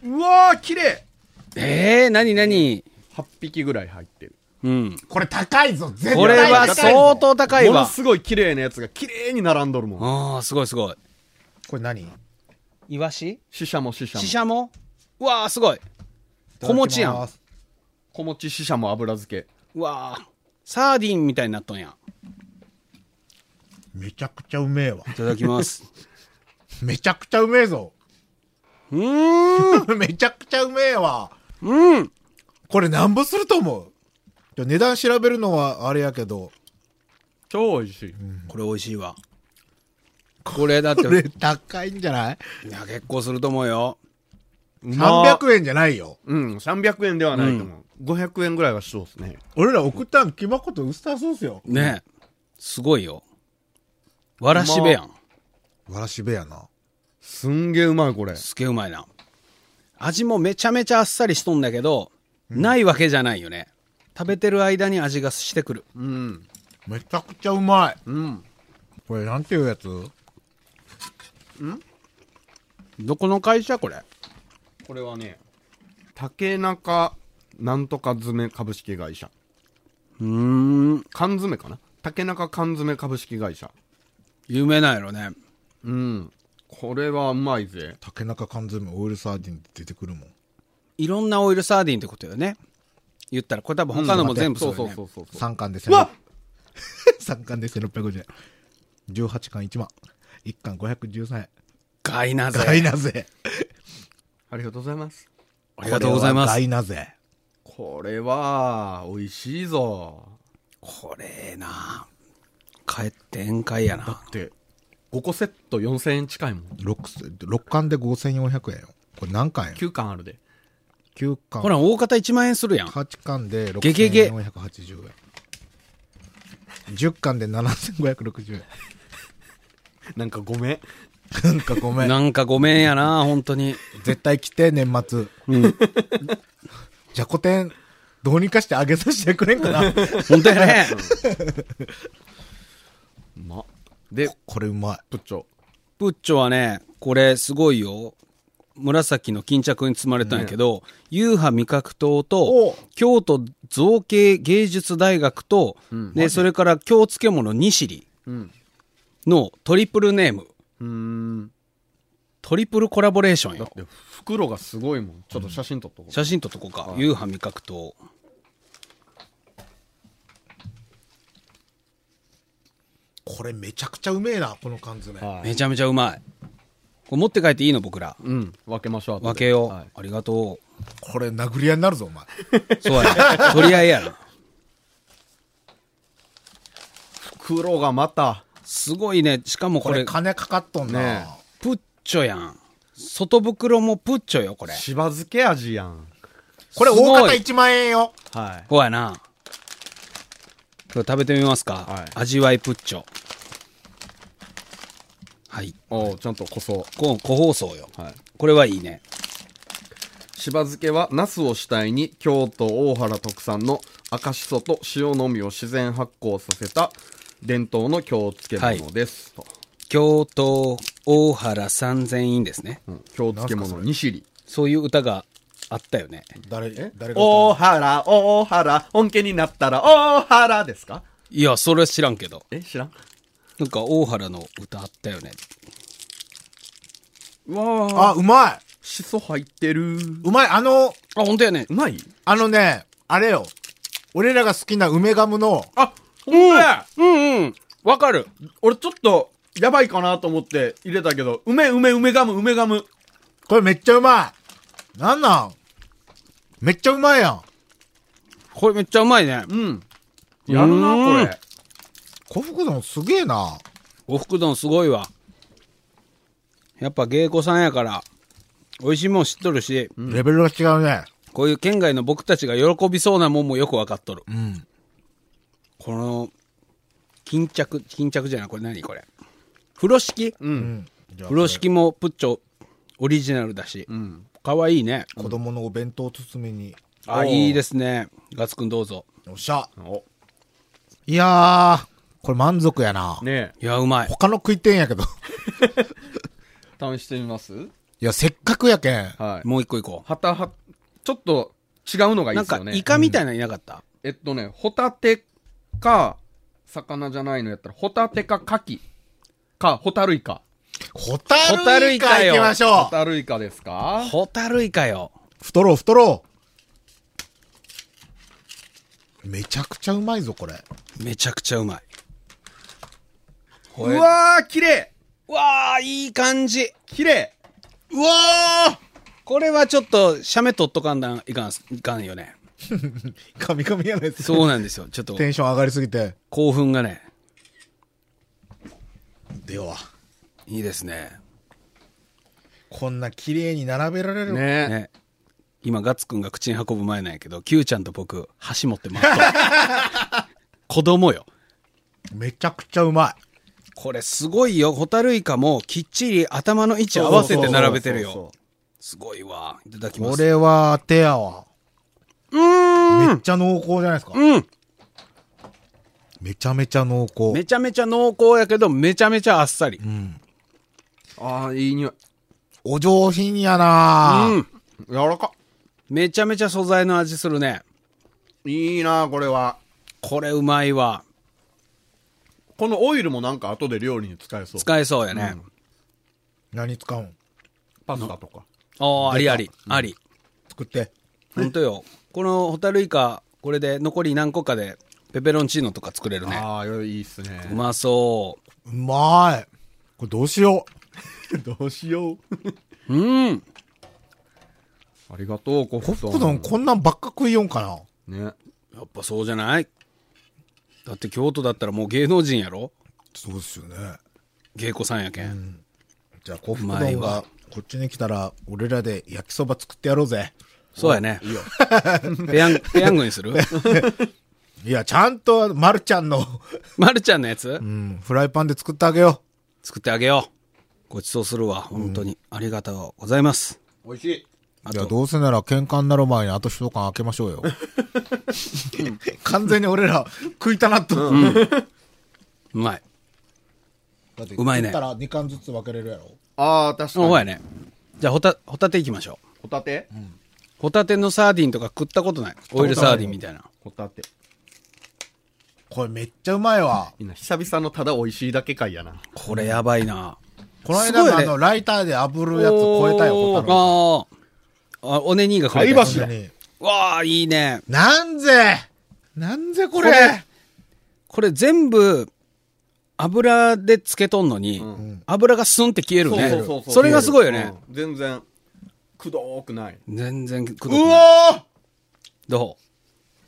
Speaker 4: うわー、綺麗
Speaker 3: えー、なになに
Speaker 4: !8 匹ぐらい入ってる。
Speaker 3: うん。
Speaker 2: これ高いぞ、絶対
Speaker 3: これは相当高い
Speaker 4: もの
Speaker 3: わ。
Speaker 4: すごい綺麗なやつが綺麗に並んどるもん。
Speaker 3: ああ、すごいすごい。
Speaker 2: これ何
Speaker 3: イワシ
Speaker 4: ししゃもししゃも
Speaker 3: シ。シャモうわあ、すごい。小餅やん
Speaker 2: いただきます
Speaker 4: 小餅ししゃも油漬け。
Speaker 3: うわあ、サーディンみたいになっとんや。
Speaker 2: めちゃくちゃうめえわ。
Speaker 3: いただきます。
Speaker 2: めちゃくちゃうめえぞ。
Speaker 3: うーん。
Speaker 2: めちゃくちゃうめえわ。
Speaker 3: うん。
Speaker 2: これなんぼすると思うじゃあ値段調べるのはあれやけど。
Speaker 4: 超美味しい。
Speaker 3: これ美味しいわ。これだって、
Speaker 2: こ
Speaker 3: い
Speaker 2: れ高いんじゃない
Speaker 3: や、結構すると思うよ。まっ
Speaker 2: ?300 円じゃないよ。
Speaker 4: うん、300円ではないと思う。500円ぐらいはしそうですね。
Speaker 2: 俺ら送ったん、キマコとウスターソースよ。
Speaker 3: ねえ。すごいよ。わらしべやん。
Speaker 2: わらしべやな。
Speaker 4: すんげえうまい、これ。
Speaker 3: すげえうまいな。味もめちゃめちゃあっさりしとんだけど、ないわけじゃないよね。食べてる間に味がしてくる。
Speaker 4: うん。
Speaker 2: めちゃくちゃうまい。
Speaker 4: うん。
Speaker 2: これなんていうやつ
Speaker 3: どこの会社これ。
Speaker 4: これはね、竹中なんとか詰め株式会社。
Speaker 3: うーん。
Speaker 4: 缶詰かな竹中缶詰株式会社。
Speaker 3: 有名なんやろね。
Speaker 4: うん。これはうまいぜ。
Speaker 2: 竹中缶詰オイルサーディンって出てくるもん。
Speaker 3: いろんなオイルサーディンってことよね。言ったら、これ多分他のも全部そう
Speaker 4: そ
Speaker 3: よ
Speaker 4: うそう
Speaker 3: ね
Speaker 4: そうそうそう。
Speaker 2: 3巻で
Speaker 4: うわ
Speaker 2: 3巻で1650円。18巻1万。1巻513円。
Speaker 3: ガイナゼ。
Speaker 2: ガイナゼ。
Speaker 4: ありがとうございます。
Speaker 3: ありがとうございま
Speaker 2: これはガ
Speaker 3: す。
Speaker 2: イナゼ。
Speaker 4: これは、美味しいぞ。
Speaker 3: これな帰って宴会やな。
Speaker 4: って、5個セット4000円近いもん。
Speaker 2: 6, 6巻で5400円よ。これ何巻や
Speaker 4: 9巻あるで。
Speaker 2: ?9 巻。
Speaker 3: ほら、大方1万円するやん。
Speaker 2: 8巻で
Speaker 3: ゲゲゲ
Speaker 2: 6480円。10巻で7560円。
Speaker 4: なんかごめん。
Speaker 2: なんかごめん。
Speaker 3: なんかごめんやな本当に。
Speaker 2: 絶対来て、年末。
Speaker 3: うん。
Speaker 2: じゃこてん、どうにかしてあげさせてくれんか な。
Speaker 3: 本当やね。
Speaker 4: ま。で、
Speaker 2: これうまい。
Speaker 4: 部長。
Speaker 3: プッチョはね、これすごいよ。紫の巾着に包まれたんやけど、優派味覚糖
Speaker 2: お
Speaker 3: と
Speaker 2: う、
Speaker 3: 京都造形芸術大学と、で、それから京漬物2尻
Speaker 4: うん。
Speaker 3: のトリプルネーム、
Speaker 4: うーん。
Speaker 3: トリプルコラボレーション
Speaker 4: だっ
Speaker 3: よ。
Speaker 4: て、袋がすごいもん。ちょっと写真撮っとこう。
Speaker 3: 写真撮っとこうか。優派味覚糖。
Speaker 2: これめちゃくちゃうめえな、この缶詰。
Speaker 4: は
Speaker 3: めちゃめちゃうまい。これ持って帰っていいの僕ら。
Speaker 4: うん。分けましょう。後で
Speaker 3: 分けよう。
Speaker 4: はい
Speaker 3: ありがとう。
Speaker 2: これ殴り合いになるぞ、お前。
Speaker 3: そうやね。 取り合いやな。
Speaker 4: 袋がまた、
Speaker 3: すごいね。しかもこ
Speaker 2: これ
Speaker 3: れ、
Speaker 2: 金かかっとんな。
Speaker 4: ね
Speaker 3: プッチョやん。外袋もプッチョよ、これ。
Speaker 4: しば漬け味やん。
Speaker 2: これ大
Speaker 3: す
Speaker 2: 方
Speaker 3: ごい
Speaker 2: 1万円よ。
Speaker 4: はい。
Speaker 3: ほやな。これ食べてみますか。
Speaker 4: はい
Speaker 3: 味わいプッチョ。はい。
Speaker 4: おうちゃんとこそ。
Speaker 3: こ個包装よ。
Speaker 4: はい。
Speaker 3: これはいいね。
Speaker 4: しば漬けはナスを主体に京都大原特産の赤しそと塩のみを自然発酵させた伝統の京漬物です、と
Speaker 3: 京都大原三千院ですね。
Speaker 4: うん京漬物2種類
Speaker 3: そういう歌があったよね。
Speaker 2: 誰、誰が歌う
Speaker 4: 大原大原本家になったら大原ですか
Speaker 3: いや、それは知らんけど。
Speaker 4: え知らん
Speaker 3: なんか大原の歌あったよね。
Speaker 4: うわあ
Speaker 2: あ、うまい
Speaker 4: しそ入ってる
Speaker 2: うまいあの、
Speaker 3: あ、本当やね
Speaker 4: う。まい
Speaker 2: あのね、あれよ。俺らが好きな梅ガムの、
Speaker 4: あほんまや
Speaker 3: うんうん。わかる。
Speaker 4: 俺ちょっとやばいかなと思って入れたけど梅梅梅ガム梅ガム
Speaker 2: これめっちゃうまいなんなんめっちゃうまいやん。
Speaker 3: これめっちゃうまいね。
Speaker 4: うんやるなこ
Speaker 3: うん
Speaker 4: れ
Speaker 2: 幸福丼すげえな。
Speaker 3: おふく丼すごいわ。やっぱ芸妓さんやから、美味しいもん知っとるし、
Speaker 2: レベルが違うね。
Speaker 3: こういう県外の僕たちが喜びそうなもんもよくわかっとる。
Speaker 2: うん。
Speaker 3: この、巾着、巾着じゃない、これ何これ。風呂敷
Speaker 4: うん
Speaker 2: じゃあ
Speaker 3: 風呂敷もプッチョオリジナルだし
Speaker 4: う、ん
Speaker 3: かわいいね。
Speaker 2: 子供のお弁当包みに。
Speaker 3: あ、いいですね。ガツくんどうぞ。
Speaker 2: おっしゃ。
Speaker 4: お
Speaker 2: いやー、これ満足やな。
Speaker 4: ね
Speaker 3: いや、うまい。
Speaker 2: 他の食いてんやけ ど。
Speaker 4: え試してみます
Speaker 2: いや、せっかくやけん。
Speaker 4: はい
Speaker 3: もう一個いこ
Speaker 4: はたはちょっと違うのが
Speaker 3: う。
Speaker 4: いいで
Speaker 3: なん
Speaker 4: す
Speaker 3: か
Speaker 4: よ、ね
Speaker 3: イカみたいなのいなかった、
Speaker 4: えっとねホタテか魚じゃないのやったらホタテかカキかホタルイカ
Speaker 2: ホタルイカ行きまし
Speaker 4: ホ
Speaker 2: ょう。
Speaker 4: タルイカですか
Speaker 3: ホタルイカよ。
Speaker 2: 太ろう、太ろう。めちゃくちゃうまいぞ、これ。
Speaker 3: めちゃくちゃうまい。
Speaker 4: うわー綺麗
Speaker 3: うわあ、いい感じ。
Speaker 4: 綺麗
Speaker 2: うわ
Speaker 3: これはちょっと、シャメ取っとかんだんいかんす、いかんよね。
Speaker 2: ーカミカミやね
Speaker 3: そうなん ですよ。ちょっと
Speaker 2: テ、ンション上がりすぎて。
Speaker 3: 興奮がね、
Speaker 2: では、
Speaker 3: いいですね。
Speaker 2: こんな綺麗に並べられる。
Speaker 4: ねえ
Speaker 3: ね。今、ガッツくんが口に運ぶ前なんやけど、キューちゃんと僕、箸持って待 っとる子供よ。
Speaker 2: めちゃくちゃうま
Speaker 3: これすごいよ。ホタルイカもきっちり頭の位置合わせて並べてるよ。すごいわ。いただ
Speaker 2: い。
Speaker 3: きま
Speaker 2: こ
Speaker 3: す。
Speaker 2: れは当てやわ。
Speaker 3: うー
Speaker 2: めっ
Speaker 3: ん。
Speaker 2: ちゃ濃厚じゃないですか。
Speaker 3: うん。
Speaker 2: めちゃめちゃ濃厚
Speaker 3: め。ちゃめちゃ濃厚やけど、めちゃめちゃあっさり
Speaker 2: う。ん。
Speaker 4: ああいい匂い
Speaker 2: お上品や
Speaker 3: う
Speaker 2: なぁ
Speaker 3: ん。
Speaker 4: 柔らか
Speaker 3: めちゃめちゃ素材の味するね。
Speaker 4: いいなこれは
Speaker 3: これうまいわ。
Speaker 4: このオイルもなんか後で料理に使えそう
Speaker 3: 使えそうやね。
Speaker 2: 何使うん
Speaker 4: パスタとか
Speaker 3: ああ、ありあり。あり。
Speaker 2: 作って。
Speaker 3: ほんとよ。このホタルイカ、これで残り何個かで、ペペロンチーノとか作れるね。
Speaker 4: ああいいっすね
Speaker 3: うまそう
Speaker 2: まい。これどうしよ
Speaker 4: どうしよう
Speaker 3: う。うん。
Speaker 4: ありがとうコ
Speaker 2: う。コ
Speaker 4: フ
Speaker 2: ップ丼こんなんばっか食いよんかな
Speaker 4: ね
Speaker 3: やっぱそうじゃないだって京都だったらもう芸能人やろ
Speaker 2: そうですよね。
Speaker 3: 芸妓さんやけん。
Speaker 2: じゃあ、コップ
Speaker 3: うまい
Speaker 2: 丼が
Speaker 3: わ
Speaker 2: こっちに来たら、俺らで焼きそば作ってやろうぜ。
Speaker 3: そうやね。ペヤング、ペヤングにする
Speaker 2: いや、ちゃんと、まるちゃんの、
Speaker 3: まるちゃんのやつ
Speaker 2: うん、フライパンで作ってあげよ
Speaker 3: 作ってあげよう。ごちそうするわ。本当に。ありがとうございます。
Speaker 4: 美味しい
Speaker 2: いや、どうせなら喧嘩になる前にあと一缶開けましょう よ。完全に俺ら食いたなと。
Speaker 3: うまい。
Speaker 2: だって
Speaker 3: うまいね
Speaker 2: 食ったら2缶ずつ分けれるやろ。
Speaker 4: ああ確か
Speaker 3: おうや
Speaker 4: に
Speaker 3: ね。じゃあ、ホタ、ホタテいきましょう。
Speaker 4: ホタテ
Speaker 3: ホタテのサーディンとか食ったことない。オイルサーディンみたいな。
Speaker 4: ホタテ
Speaker 2: これめっちゃうまいわ。
Speaker 4: みんな久々のただ美味しいだけ会やな
Speaker 3: これやばいな。
Speaker 2: この間
Speaker 3: す
Speaker 2: の
Speaker 3: ご
Speaker 2: あ
Speaker 3: いね
Speaker 2: の、ライターで炙るやつ超えたよ、
Speaker 4: おー
Speaker 2: ホ
Speaker 3: あ
Speaker 2: タルが。
Speaker 3: ーあ。おねにがこれ。
Speaker 4: 貝柱
Speaker 2: 本当に
Speaker 3: わあ、いいね。
Speaker 2: なんぜなんぜこ
Speaker 3: こ
Speaker 2: れ
Speaker 3: れこれ全部、油でつけとんのに、油がスンって消えるね。それがすごいよね。
Speaker 4: うん全然くどーくない
Speaker 3: 全然く
Speaker 4: う
Speaker 3: どくない
Speaker 4: わ
Speaker 3: どう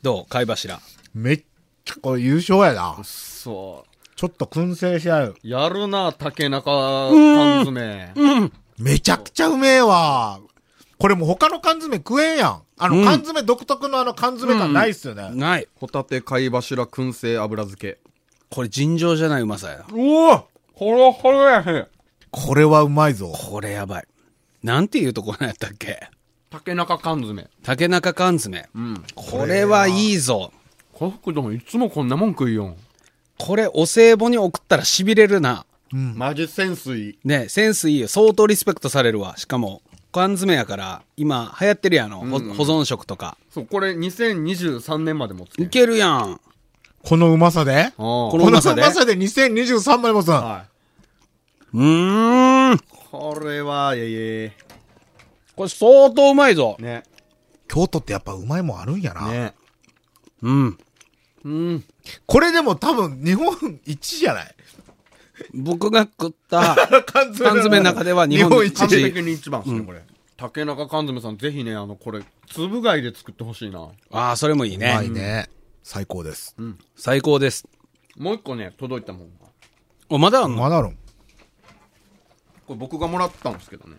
Speaker 3: どう貝柱。
Speaker 2: めっちゃ、これ優勝やな
Speaker 4: ー。そう
Speaker 2: ちょっと燻製し合う。
Speaker 4: やるな、竹中缶詰。
Speaker 2: めちゃくちゃうめえわ。これもう他の缶詰食えんやん。あの、
Speaker 3: うん
Speaker 2: 缶詰独特のあの缶詰感ないっすよね。
Speaker 3: ない。
Speaker 4: ホタテ貝柱燻製油漬け。
Speaker 3: これ尋常じゃないうまさや。
Speaker 4: うおほろほろやへん。
Speaker 2: これはうまいぞ。
Speaker 3: これやばい。なんていうとこなんやったっけ
Speaker 4: 竹中缶詰。
Speaker 3: 竹中缶詰。
Speaker 4: うん。
Speaker 3: これはいいぞ。
Speaker 4: 幸福丼いつもこんなもん食いよん。
Speaker 3: これ、お歳暮に送ったら痺れるな。
Speaker 2: うん。
Speaker 4: マジ潜水。
Speaker 3: ねセンスいいよ。相当リスペクトされるわ。しかも、缶詰やから、今流行ってるやんあの、ほ
Speaker 4: うん
Speaker 3: 保存食とか。
Speaker 4: そう、これ2023年まで持つけん
Speaker 3: いけるやん。
Speaker 2: このうまさで
Speaker 4: あー
Speaker 3: こ
Speaker 2: こ
Speaker 3: のう
Speaker 2: の
Speaker 3: ま
Speaker 2: う
Speaker 3: さで
Speaker 2: まさで2023までもさん。
Speaker 4: は
Speaker 3: うーん。
Speaker 4: い。これは、ええ
Speaker 3: これ相当うまいぞ。
Speaker 4: ね。
Speaker 2: 京都ってやっぱうまいもんあるんやな。
Speaker 4: ね。
Speaker 3: うん。
Speaker 4: うん。
Speaker 2: これでも多分日本一じゃない
Speaker 3: 僕が食った、
Speaker 2: 缶詰
Speaker 3: 缶詰の中では日本
Speaker 2: 一。
Speaker 4: 完
Speaker 3: 一
Speaker 4: 璧に一番ですね、これ。竹中缶詰さん、ぜひね、あの、これ、粒貝で作ってほしいな。
Speaker 3: ああ、それもいいう
Speaker 2: まい
Speaker 3: ね。
Speaker 2: ね。最高です。
Speaker 3: 最高です。
Speaker 4: もう一個ね、届いたもんが。
Speaker 3: お、まだあんの
Speaker 2: マダロン。
Speaker 4: これ僕がもらったんですけどね。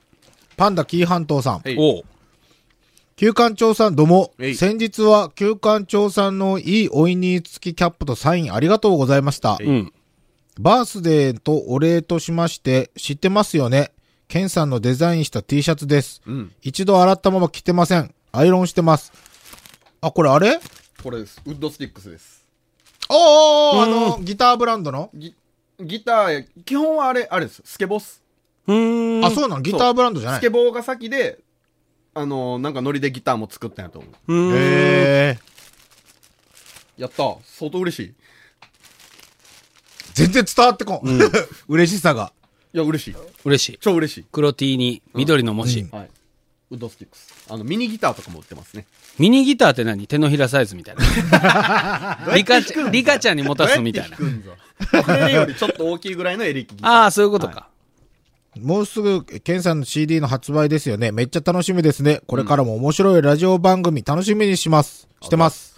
Speaker 2: パンダ紀伊半島さん
Speaker 4: は。い
Speaker 3: おう
Speaker 2: 旧館長さんどうも
Speaker 4: えい。
Speaker 2: 先日は旧館長さんのいいおいに付きキャップとサインありがとうございました
Speaker 4: えい。
Speaker 3: うん。
Speaker 2: バースデーとお礼としまして、知ってますよねケンさんのデザインした T シャツです。
Speaker 4: うん。
Speaker 2: 一度洗ったまま着てません。アイロンしてます。あ、これあれ
Speaker 4: これです。ウッドスティックスです。
Speaker 2: おーあの、ギターブランドの
Speaker 4: ギ、ギター、基本はあれ、あれです。スケボス。
Speaker 3: うーん。
Speaker 2: あ、そうなのギターブランドじゃな
Speaker 4: ス
Speaker 2: い
Speaker 4: ケボーが先で、あのー、なんかノリでギターも作ったんやと思う。
Speaker 3: うーん。
Speaker 2: へー
Speaker 4: やった相当嬉しい。
Speaker 2: 全然伝わってこん。 嬉しさが。
Speaker 4: いや、嬉しい。
Speaker 3: 嬉しい。
Speaker 4: 超嬉しい。
Speaker 3: 黒 T に緑の文字。
Speaker 2: うん
Speaker 4: はい。ウッドスティックス。あの、ミニギターとかも売ってますね。
Speaker 3: ミニギターって何手のひらサイズみたい な。リカちゃん、リカちゃんに持たすみたいな
Speaker 4: ど。うやって弾くんぞ。これよりちょっと大きいぐらいのエレキギター。
Speaker 3: ああ、そういうことか。
Speaker 2: もうすぐ、ケンさんの CD の発売ですよね。めっちゃ楽しみですね。これからも面白いラジオ番組楽しみにします。してます。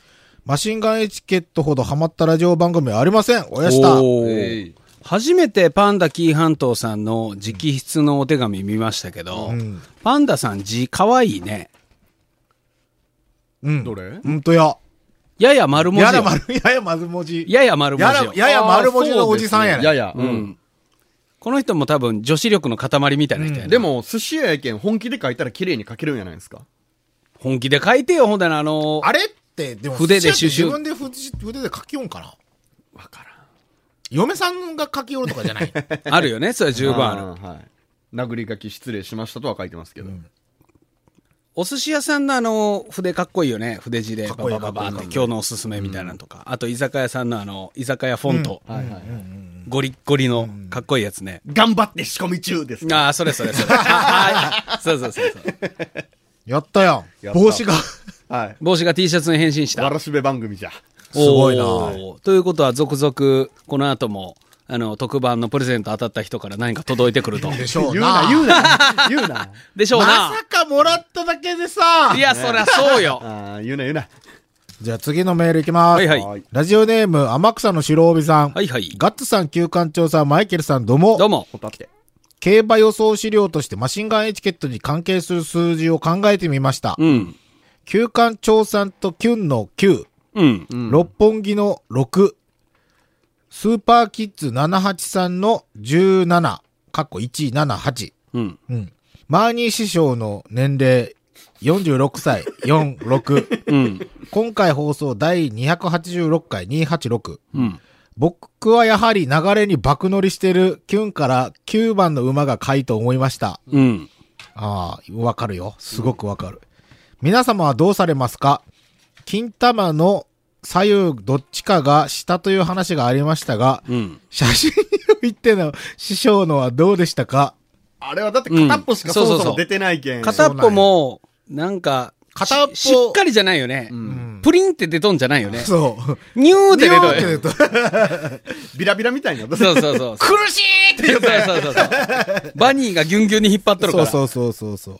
Speaker 2: マシンガンエチケットほどハマったラジオ番組はありません。おやした。
Speaker 3: おー
Speaker 4: えい
Speaker 3: 初めてパンダ紀伊半島さんの直筆のお手紙見ましたけど、
Speaker 2: ん
Speaker 3: パンダさん字かわいいね。
Speaker 2: うん。
Speaker 4: どれ
Speaker 2: ほんとや。
Speaker 3: やや丸文字
Speaker 2: や
Speaker 3: よ。
Speaker 2: ら丸、やや丸文字。
Speaker 3: やや丸文
Speaker 2: や
Speaker 3: 字
Speaker 2: ら
Speaker 3: よ、。
Speaker 2: やや丸文字のおじさんや
Speaker 4: あーそうですねや
Speaker 2: ね。
Speaker 4: や。う。
Speaker 3: うんん。この人も多分女子力の塊みたいな人やね、
Speaker 2: う
Speaker 4: でも、寿司屋やけん、本気で書いたら綺麗に書けるんじゃないですか。
Speaker 3: 本気で書いてよ、ほんだらあの、
Speaker 2: あれって、でも、
Speaker 3: 筆でシュシ
Speaker 2: 自
Speaker 3: ュ
Speaker 2: 分で筆筆で書きよんかな
Speaker 4: わから
Speaker 2: 嫁さんが書きよるとかじゃない。
Speaker 3: あるよね。それは十
Speaker 4: ん。
Speaker 3: 分ある。
Speaker 4: る。はい。殴り書き失礼しましたとは書いてますけど。
Speaker 3: お寿司屋さんのあの、筆かっこいいよね。筆字で
Speaker 2: かっ
Speaker 3: バ
Speaker 2: こいい
Speaker 3: バババ
Speaker 2: か
Speaker 3: っ
Speaker 2: っこ
Speaker 3: て
Speaker 2: いい
Speaker 3: 今日のおすすめみたいなのとか。あと居酒屋さんのあの、居酒屋フォント。
Speaker 4: はいはいはい。
Speaker 3: ゴリッゴリのかっこいいやつね。
Speaker 4: 頑張って仕込み中です。
Speaker 3: ああ、それそれそれ。 あーそうそうそうそう。
Speaker 2: やったやん。
Speaker 4: やった
Speaker 2: 帽子が。
Speaker 4: はい。
Speaker 3: 帽子が T シャツに変身した。
Speaker 4: わらしべ番組じゃ。
Speaker 2: すごいな
Speaker 3: おーということは、続々、この後も、あの、特番のプレゼント当たった人から何か届いてくると。
Speaker 2: でし
Speaker 4: 言
Speaker 2: ょ
Speaker 4: う
Speaker 2: う
Speaker 4: な
Speaker 2: な。、
Speaker 4: 言うな、 言うな。
Speaker 3: でしょう
Speaker 2: ま
Speaker 3: な。
Speaker 2: さかもらっただけでさ。
Speaker 3: いや、そりゃそうよ。
Speaker 4: ああ、言うな、言うな。
Speaker 2: じゃあ次のメールいきます。
Speaker 3: はいはい
Speaker 4: はい
Speaker 2: ラジオネーム、天草の白帯さん。
Speaker 3: はいはい。
Speaker 2: ガッツさん、旧館長さん、マイケルさん、どうも。
Speaker 3: どうも。
Speaker 4: ほたって。
Speaker 2: 競馬予想資料としてマシンガンエチケットに関係する数字を考えてみました。
Speaker 3: うん。
Speaker 2: 旧館長さんとキュンの9、
Speaker 3: うん。
Speaker 2: 六本木の6、スーパーキッズ783の17、かっこ178。
Speaker 3: うん。
Speaker 2: うん。マーニー師匠の年齢、46歳、46。
Speaker 3: うん。
Speaker 2: 今回放送第286回286。
Speaker 3: うん。
Speaker 2: 僕はやはり流れに爆乗りしてるキュンから9番の馬が買いと思いました。
Speaker 3: うん。
Speaker 2: ああ、わかるよ。すごくわかる。皆様はどうされますか金玉の左右どっちかが下という話がありましたが、
Speaker 3: うん。
Speaker 2: 写真においての師匠のはどうでしたか
Speaker 4: あれはだって片っぽしか
Speaker 3: うん
Speaker 4: そも
Speaker 3: そう
Speaker 4: そ
Speaker 3: そうそ
Speaker 4: も
Speaker 3: う
Speaker 4: 出てないけん。
Speaker 3: 片っぽも、なんか、
Speaker 2: 片っぽ
Speaker 3: ししっかりじゃないよね
Speaker 4: う。ん。
Speaker 3: プリンって出とんじゃないよね。
Speaker 2: そう。
Speaker 3: ニューって出
Speaker 2: ニ
Speaker 3: と
Speaker 2: ュー
Speaker 3: んよ。
Speaker 2: って出とる
Speaker 4: ビラビラみたいな。
Speaker 3: そうそ うそう。苦しいって言ったそうそうそう。バニーがギュンギュンに引っ張っとるか
Speaker 2: そう
Speaker 3: ら。
Speaker 2: そうそうそうそ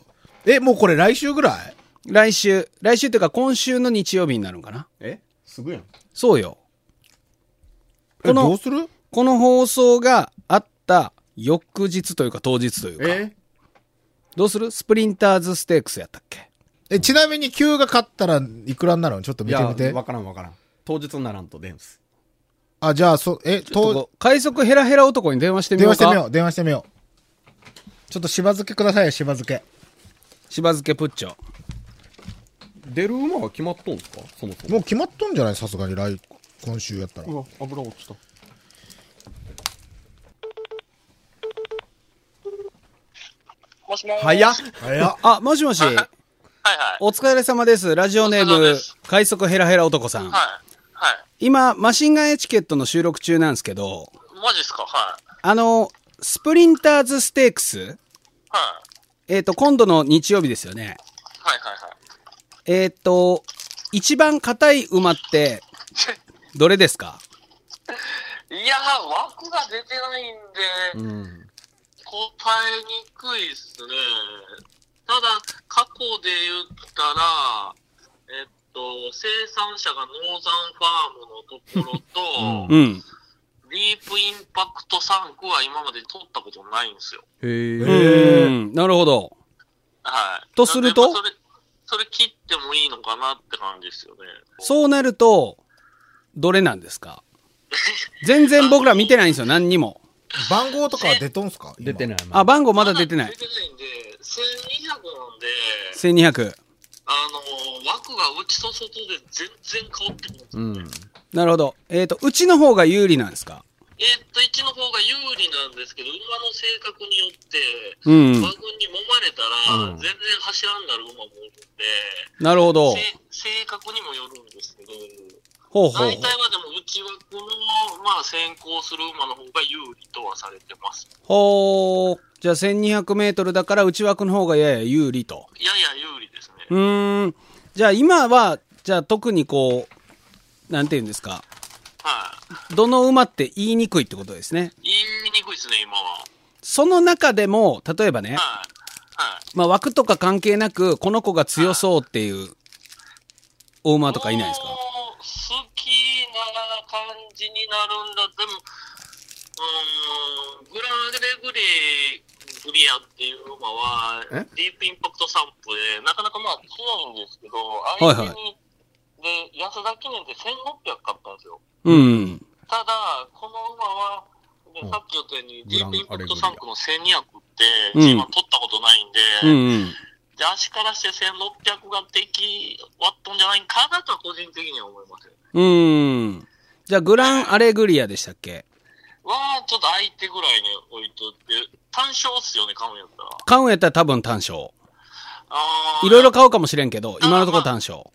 Speaker 2: う。え、もうこれ来週ぐらい
Speaker 3: 来週、来週っていうか今週の日曜日になるんかな。
Speaker 4: えすぐやん。
Speaker 3: そうよ。
Speaker 2: え、
Speaker 3: この
Speaker 2: どうする
Speaker 3: この放送があった翌日というか当日というか。
Speaker 4: え
Speaker 3: どうするスプリンターズステークスやったっけ
Speaker 2: え、ちなみに9が勝ったらいくらになるのちょっと
Speaker 4: い
Speaker 2: 見て
Speaker 4: や、
Speaker 2: みて
Speaker 4: わ。からんわからん。当日にならんと出んす。
Speaker 2: あ、じゃあ、そ、え、
Speaker 3: ちょっと
Speaker 2: と、
Speaker 3: こう快速ヘラヘラ男に電話してみ
Speaker 2: 電
Speaker 3: よう
Speaker 2: 話し
Speaker 3: か。
Speaker 2: てみよう、電話してみよう。ちょっとしば漬けくださいよ、しば漬け。
Speaker 3: しば漬けプッチョ。
Speaker 4: 出る馬は決まっとんすかそもそも
Speaker 2: もう決まっとんじゃないさすがに来、今週やったら。
Speaker 4: うわ油落ちた
Speaker 5: もしもーし。
Speaker 4: 早っ
Speaker 2: あれや。
Speaker 3: あ、もしもし。
Speaker 5: はいはい。
Speaker 3: お疲れ様です。ラジオネー
Speaker 5: お疲れ様
Speaker 3: ム
Speaker 5: です、
Speaker 3: 快速ヘラヘラ男さん。
Speaker 5: はい。は
Speaker 3: 今、マシンガンエチケットの収録中なんですけど、
Speaker 5: い。マジっすかはい。
Speaker 3: あの、スプリンターズステークス、
Speaker 5: はい。
Speaker 3: えっ、と、今度の日曜日ですよね。
Speaker 5: はいはいはい。
Speaker 3: えっ、と、一番硬い馬って、どれですか
Speaker 5: いやー、枠が出てないんで、
Speaker 4: うん
Speaker 5: 答えにくいっすね。ただ、過去で言ったら、えっと、生産者がノーザンファームのところ と、
Speaker 3: うん。
Speaker 5: ディープインパクト3区は今まで取ったことないんですよ。
Speaker 4: へ
Speaker 3: う
Speaker 4: え
Speaker 2: へー
Speaker 3: ん。なるほど。
Speaker 5: はい。
Speaker 3: とすると
Speaker 5: なんでまあそれ、それ切ってもいいのかなって感じですよね。
Speaker 3: そうなると、どれなんですか全然僕ら見てないんですよ、何にも。
Speaker 2: 番号とかは出とんすか
Speaker 4: 出て
Speaker 2: い。
Speaker 4: ない
Speaker 3: あ、番号まだ出てない
Speaker 5: 出。てないんで、1200なんで、
Speaker 3: 1200。
Speaker 5: あのー枠が内と外で全然変わってくるんです
Speaker 4: う
Speaker 5: よ。
Speaker 4: ん
Speaker 3: なるほど。えっ、と、うちの方が有利なんですか
Speaker 5: えーっと、1の方が有利なんですけど、馬の性格によって、
Speaker 3: うん
Speaker 5: 馬群に揉まれたら、
Speaker 4: うん
Speaker 5: 全然走らんなる馬もいるんで、
Speaker 3: なるほど。
Speaker 5: せ性格にもよるんですけど、
Speaker 3: ほうほうほう
Speaker 5: 大体はでも内枠の、まあ、先行する馬の方が有利とはされてます。
Speaker 3: ほう。じゃあ1200メートルだから内枠の方がやや有利と。
Speaker 5: やや有利です
Speaker 3: う
Speaker 5: ね。
Speaker 3: ーん。じゃあ今は、じゃあ特にこう、なんて言うんですか。
Speaker 5: はい、
Speaker 3: どの馬って言いにくいってことですね。
Speaker 5: 言いにくいですね、今は。
Speaker 3: その中でも、例えばね、
Speaker 5: はい、はい、
Speaker 3: まあ枠とか関係なく、この子が強そうっていう、お馬とかいないですか
Speaker 5: もう好きな感じになるんだ。でも、うーん、グランレグリグリアっていう馬は
Speaker 4: え、
Speaker 5: ディープインパクト散歩で、なかなかまあ強いんですけど、
Speaker 3: いはい
Speaker 5: 相手に、で、安田記念で1600買ったんですよ。
Speaker 3: うん。
Speaker 5: ただ、この馬は、で
Speaker 4: うん
Speaker 5: さっき言ったように、
Speaker 4: グ
Speaker 5: ディ
Speaker 4: ラン
Speaker 5: ープインパクト
Speaker 4: アレグ
Speaker 5: 3区の1200って、
Speaker 3: うん
Speaker 5: G1 取ったことないんで、
Speaker 3: うんうん。
Speaker 5: で足からして1600が敵割ったんじゃないかなとは個人的には思いますよね。
Speaker 3: うーん。じゃあグランアレグリアでしたっけ
Speaker 5: は、ちょっと相手ぐらいに置いとって、単勝っすよね、カムやったら。
Speaker 3: カウンやったら多分単勝。
Speaker 5: あー
Speaker 3: いろいろ買おうかもしれんけど、今のところ単勝。
Speaker 5: モ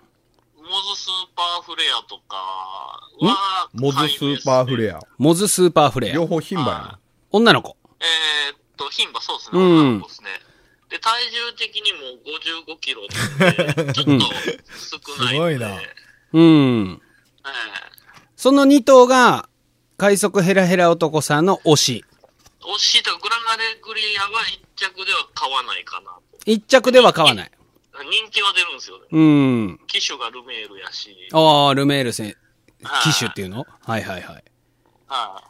Speaker 5: ズスーパーフレアとかは、
Speaker 4: モズスーパーフ
Speaker 5: ア。
Speaker 4: レア
Speaker 3: モズスーパーフレ
Speaker 4: 両
Speaker 3: ア。
Speaker 4: 方牝馬やな
Speaker 3: 女の子。
Speaker 5: えー、っと、牝馬そうですね、
Speaker 3: うん
Speaker 5: 女の子ですね。で、体重的にも55キロなんで、ちょっと少ないんで。
Speaker 2: すごいな
Speaker 5: え
Speaker 3: うん。
Speaker 5: え
Speaker 3: その2頭が、快速ヘラヘラ男さんの推し。
Speaker 5: 惜しいとグランアレグリアは一着では買わないかなと。
Speaker 3: 1着では買わない。
Speaker 5: 人気は出るんですよね。
Speaker 3: うん。
Speaker 5: 機種がルメールやし。
Speaker 3: ああ、ルメール選機種っていうのはいはいはい。
Speaker 5: はい。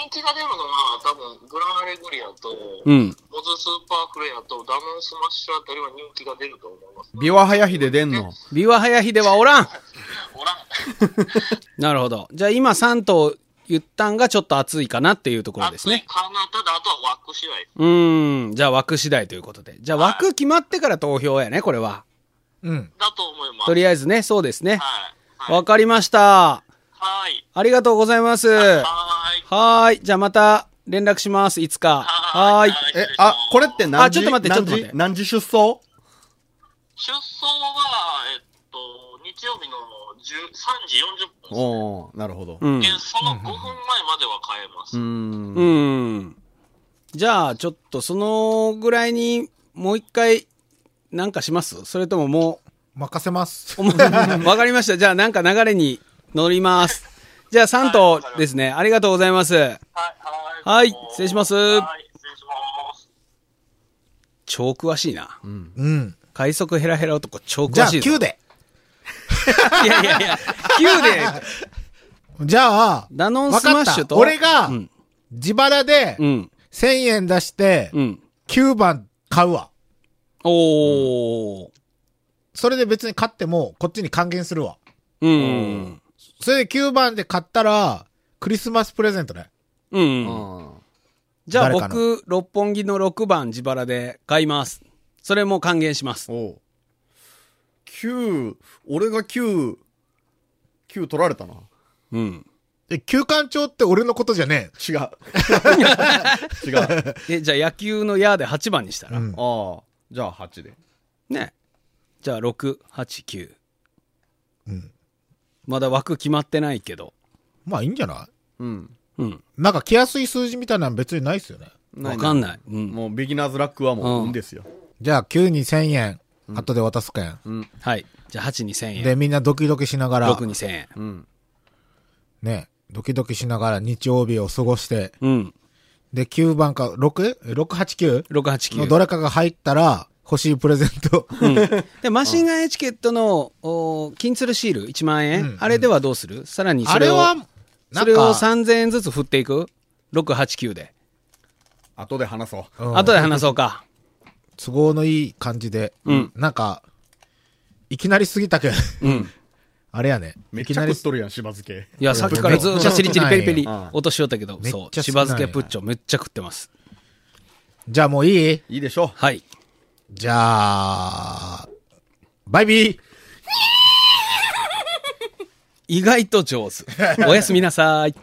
Speaker 5: 人気が出るのは、多分グランアレグリアと、
Speaker 3: うん。
Speaker 5: モズスーパーフレアとダムンスマッシュあたりは人気が出ると思います。
Speaker 4: ビワハヤヒで出んの
Speaker 3: ビワハヤヒではおらん
Speaker 5: お らん。
Speaker 3: なるほど。じゃあ今3頭言ったんがちょっと熱いかなっていうところですね
Speaker 5: 暑い。かな。ただ、あとは枠次第。
Speaker 3: うーん。じゃあ枠次第ということで。じゃあ枠決まってから投票やね、これは。
Speaker 2: うん。
Speaker 5: だと思います。
Speaker 3: とりあえずね、そうですね。
Speaker 5: はい。はい。
Speaker 3: わかりました。
Speaker 5: はい。
Speaker 3: ありがとうございます。
Speaker 5: はい。
Speaker 3: はーい。じゃあまた連絡します。いつか。は
Speaker 5: は
Speaker 3: ー
Speaker 5: ー
Speaker 3: い
Speaker 5: い。
Speaker 4: えあこれって何時
Speaker 3: あちょっと待ってちょっと待
Speaker 4: 何
Speaker 3: って
Speaker 4: 時何時出走
Speaker 5: 出走は、えっと、日曜日の10 3時40分。
Speaker 4: おおなるほど
Speaker 3: うん。
Speaker 5: で、その5分前までは買えます。
Speaker 4: う
Speaker 3: うんーん。じゃあ、ちょっとそのぐらいにもう一回なんかしますそれともも
Speaker 2: 任せます
Speaker 3: う、お。 もわかりました。じゃあなんか流れに乗ります。じゃあ3頭ですね。ありがとうございます。
Speaker 5: はい。はい。
Speaker 3: はい失礼します
Speaker 5: はい。失礼します。
Speaker 3: 超詳しいな。
Speaker 2: うん。
Speaker 3: 快速ヘラヘラ男超
Speaker 2: じゃ
Speaker 3: 詳
Speaker 2: あ
Speaker 3: しいぞ。
Speaker 2: 9で。
Speaker 3: いやいやいや、9で、
Speaker 2: じゃあ、
Speaker 3: ダノンスマッシュと。
Speaker 2: わかった俺が
Speaker 3: うん。
Speaker 2: 自腹で
Speaker 3: うん。
Speaker 2: 1000円出して、
Speaker 3: うん。
Speaker 2: 9番買うわ。
Speaker 3: おー。
Speaker 2: それで別に勝っても、こっちに還元するわ。
Speaker 3: うん。
Speaker 2: それで9番で買ったら、クリスマスプレゼントね。
Speaker 3: う。
Speaker 4: うんん
Speaker 3: じゃあ
Speaker 2: 誰かの
Speaker 3: 僕、六本木の6番自腹で買います。それも還元します。
Speaker 4: おう9、俺が9、9取られたな。
Speaker 3: うん。
Speaker 2: え、休館長って俺のことじゃね
Speaker 4: 違う。違う。
Speaker 3: え、じゃあ野球の矢で8番にした
Speaker 2: え。
Speaker 3: ら。
Speaker 2: うん。
Speaker 4: ああ、じゃあ8で。
Speaker 3: ね。じゃあ6、8、9。
Speaker 2: うん
Speaker 3: まだ枠決まってないけど。
Speaker 2: まあいいんじゃな
Speaker 4: うん。
Speaker 3: うん。
Speaker 2: いなんか来やすい数字みたいなの別にないっすよね。
Speaker 3: わかん
Speaker 4: い。
Speaker 3: ない。うん。
Speaker 4: もうビギナーズラックはも
Speaker 3: うん
Speaker 4: ういいんですよ。
Speaker 2: じゃあ9に1000円、後で渡すかや
Speaker 4: うん。
Speaker 3: はい。じゃあ8に1000
Speaker 2: ん。
Speaker 3: 円。
Speaker 2: で、みんなドキドキしながら
Speaker 3: 6、に1000円。
Speaker 4: うん。
Speaker 2: ね、ドキドキしながら日曜日を過ごして、
Speaker 3: うん。
Speaker 2: で、9番か、6?689?
Speaker 3: 6、8、9
Speaker 2: の。どれかが入ったら、欲しいプレゼント。
Speaker 3: うんで、マシンガンエチケットの、お金鶴シール1万円、
Speaker 2: うん
Speaker 3: あれではどうするさらに
Speaker 2: あ
Speaker 3: そ
Speaker 2: れ
Speaker 3: れを、
Speaker 2: は、な
Speaker 3: そ
Speaker 2: ん
Speaker 3: れを
Speaker 2: か、
Speaker 3: 3000円ずつ振っていく ?6、8、9で。
Speaker 4: 後で話そう。
Speaker 2: うん
Speaker 3: 後で話そうか。
Speaker 2: 都合のいい感じで、
Speaker 3: うん
Speaker 2: なんか、いきなりすぎたけん、
Speaker 3: うん。
Speaker 2: あれやね。
Speaker 4: めっ
Speaker 2: いき
Speaker 4: ちゃ
Speaker 2: な
Speaker 4: 食
Speaker 2: り
Speaker 4: っ、とるやん、しば漬け。
Speaker 3: いや、さっきからずっとチリチリペリペリ
Speaker 4: うん
Speaker 3: 落としよったけど、
Speaker 2: めっちゃ
Speaker 3: そ
Speaker 2: 好きな
Speaker 3: う、
Speaker 2: んや
Speaker 3: しば漬けプッチョめっちゃ食ってます。
Speaker 2: じゃあもういい
Speaker 4: いいでしょ
Speaker 3: はい。
Speaker 2: じゃあ、バイビー
Speaker 3: 意外と上手。おやすみなさい。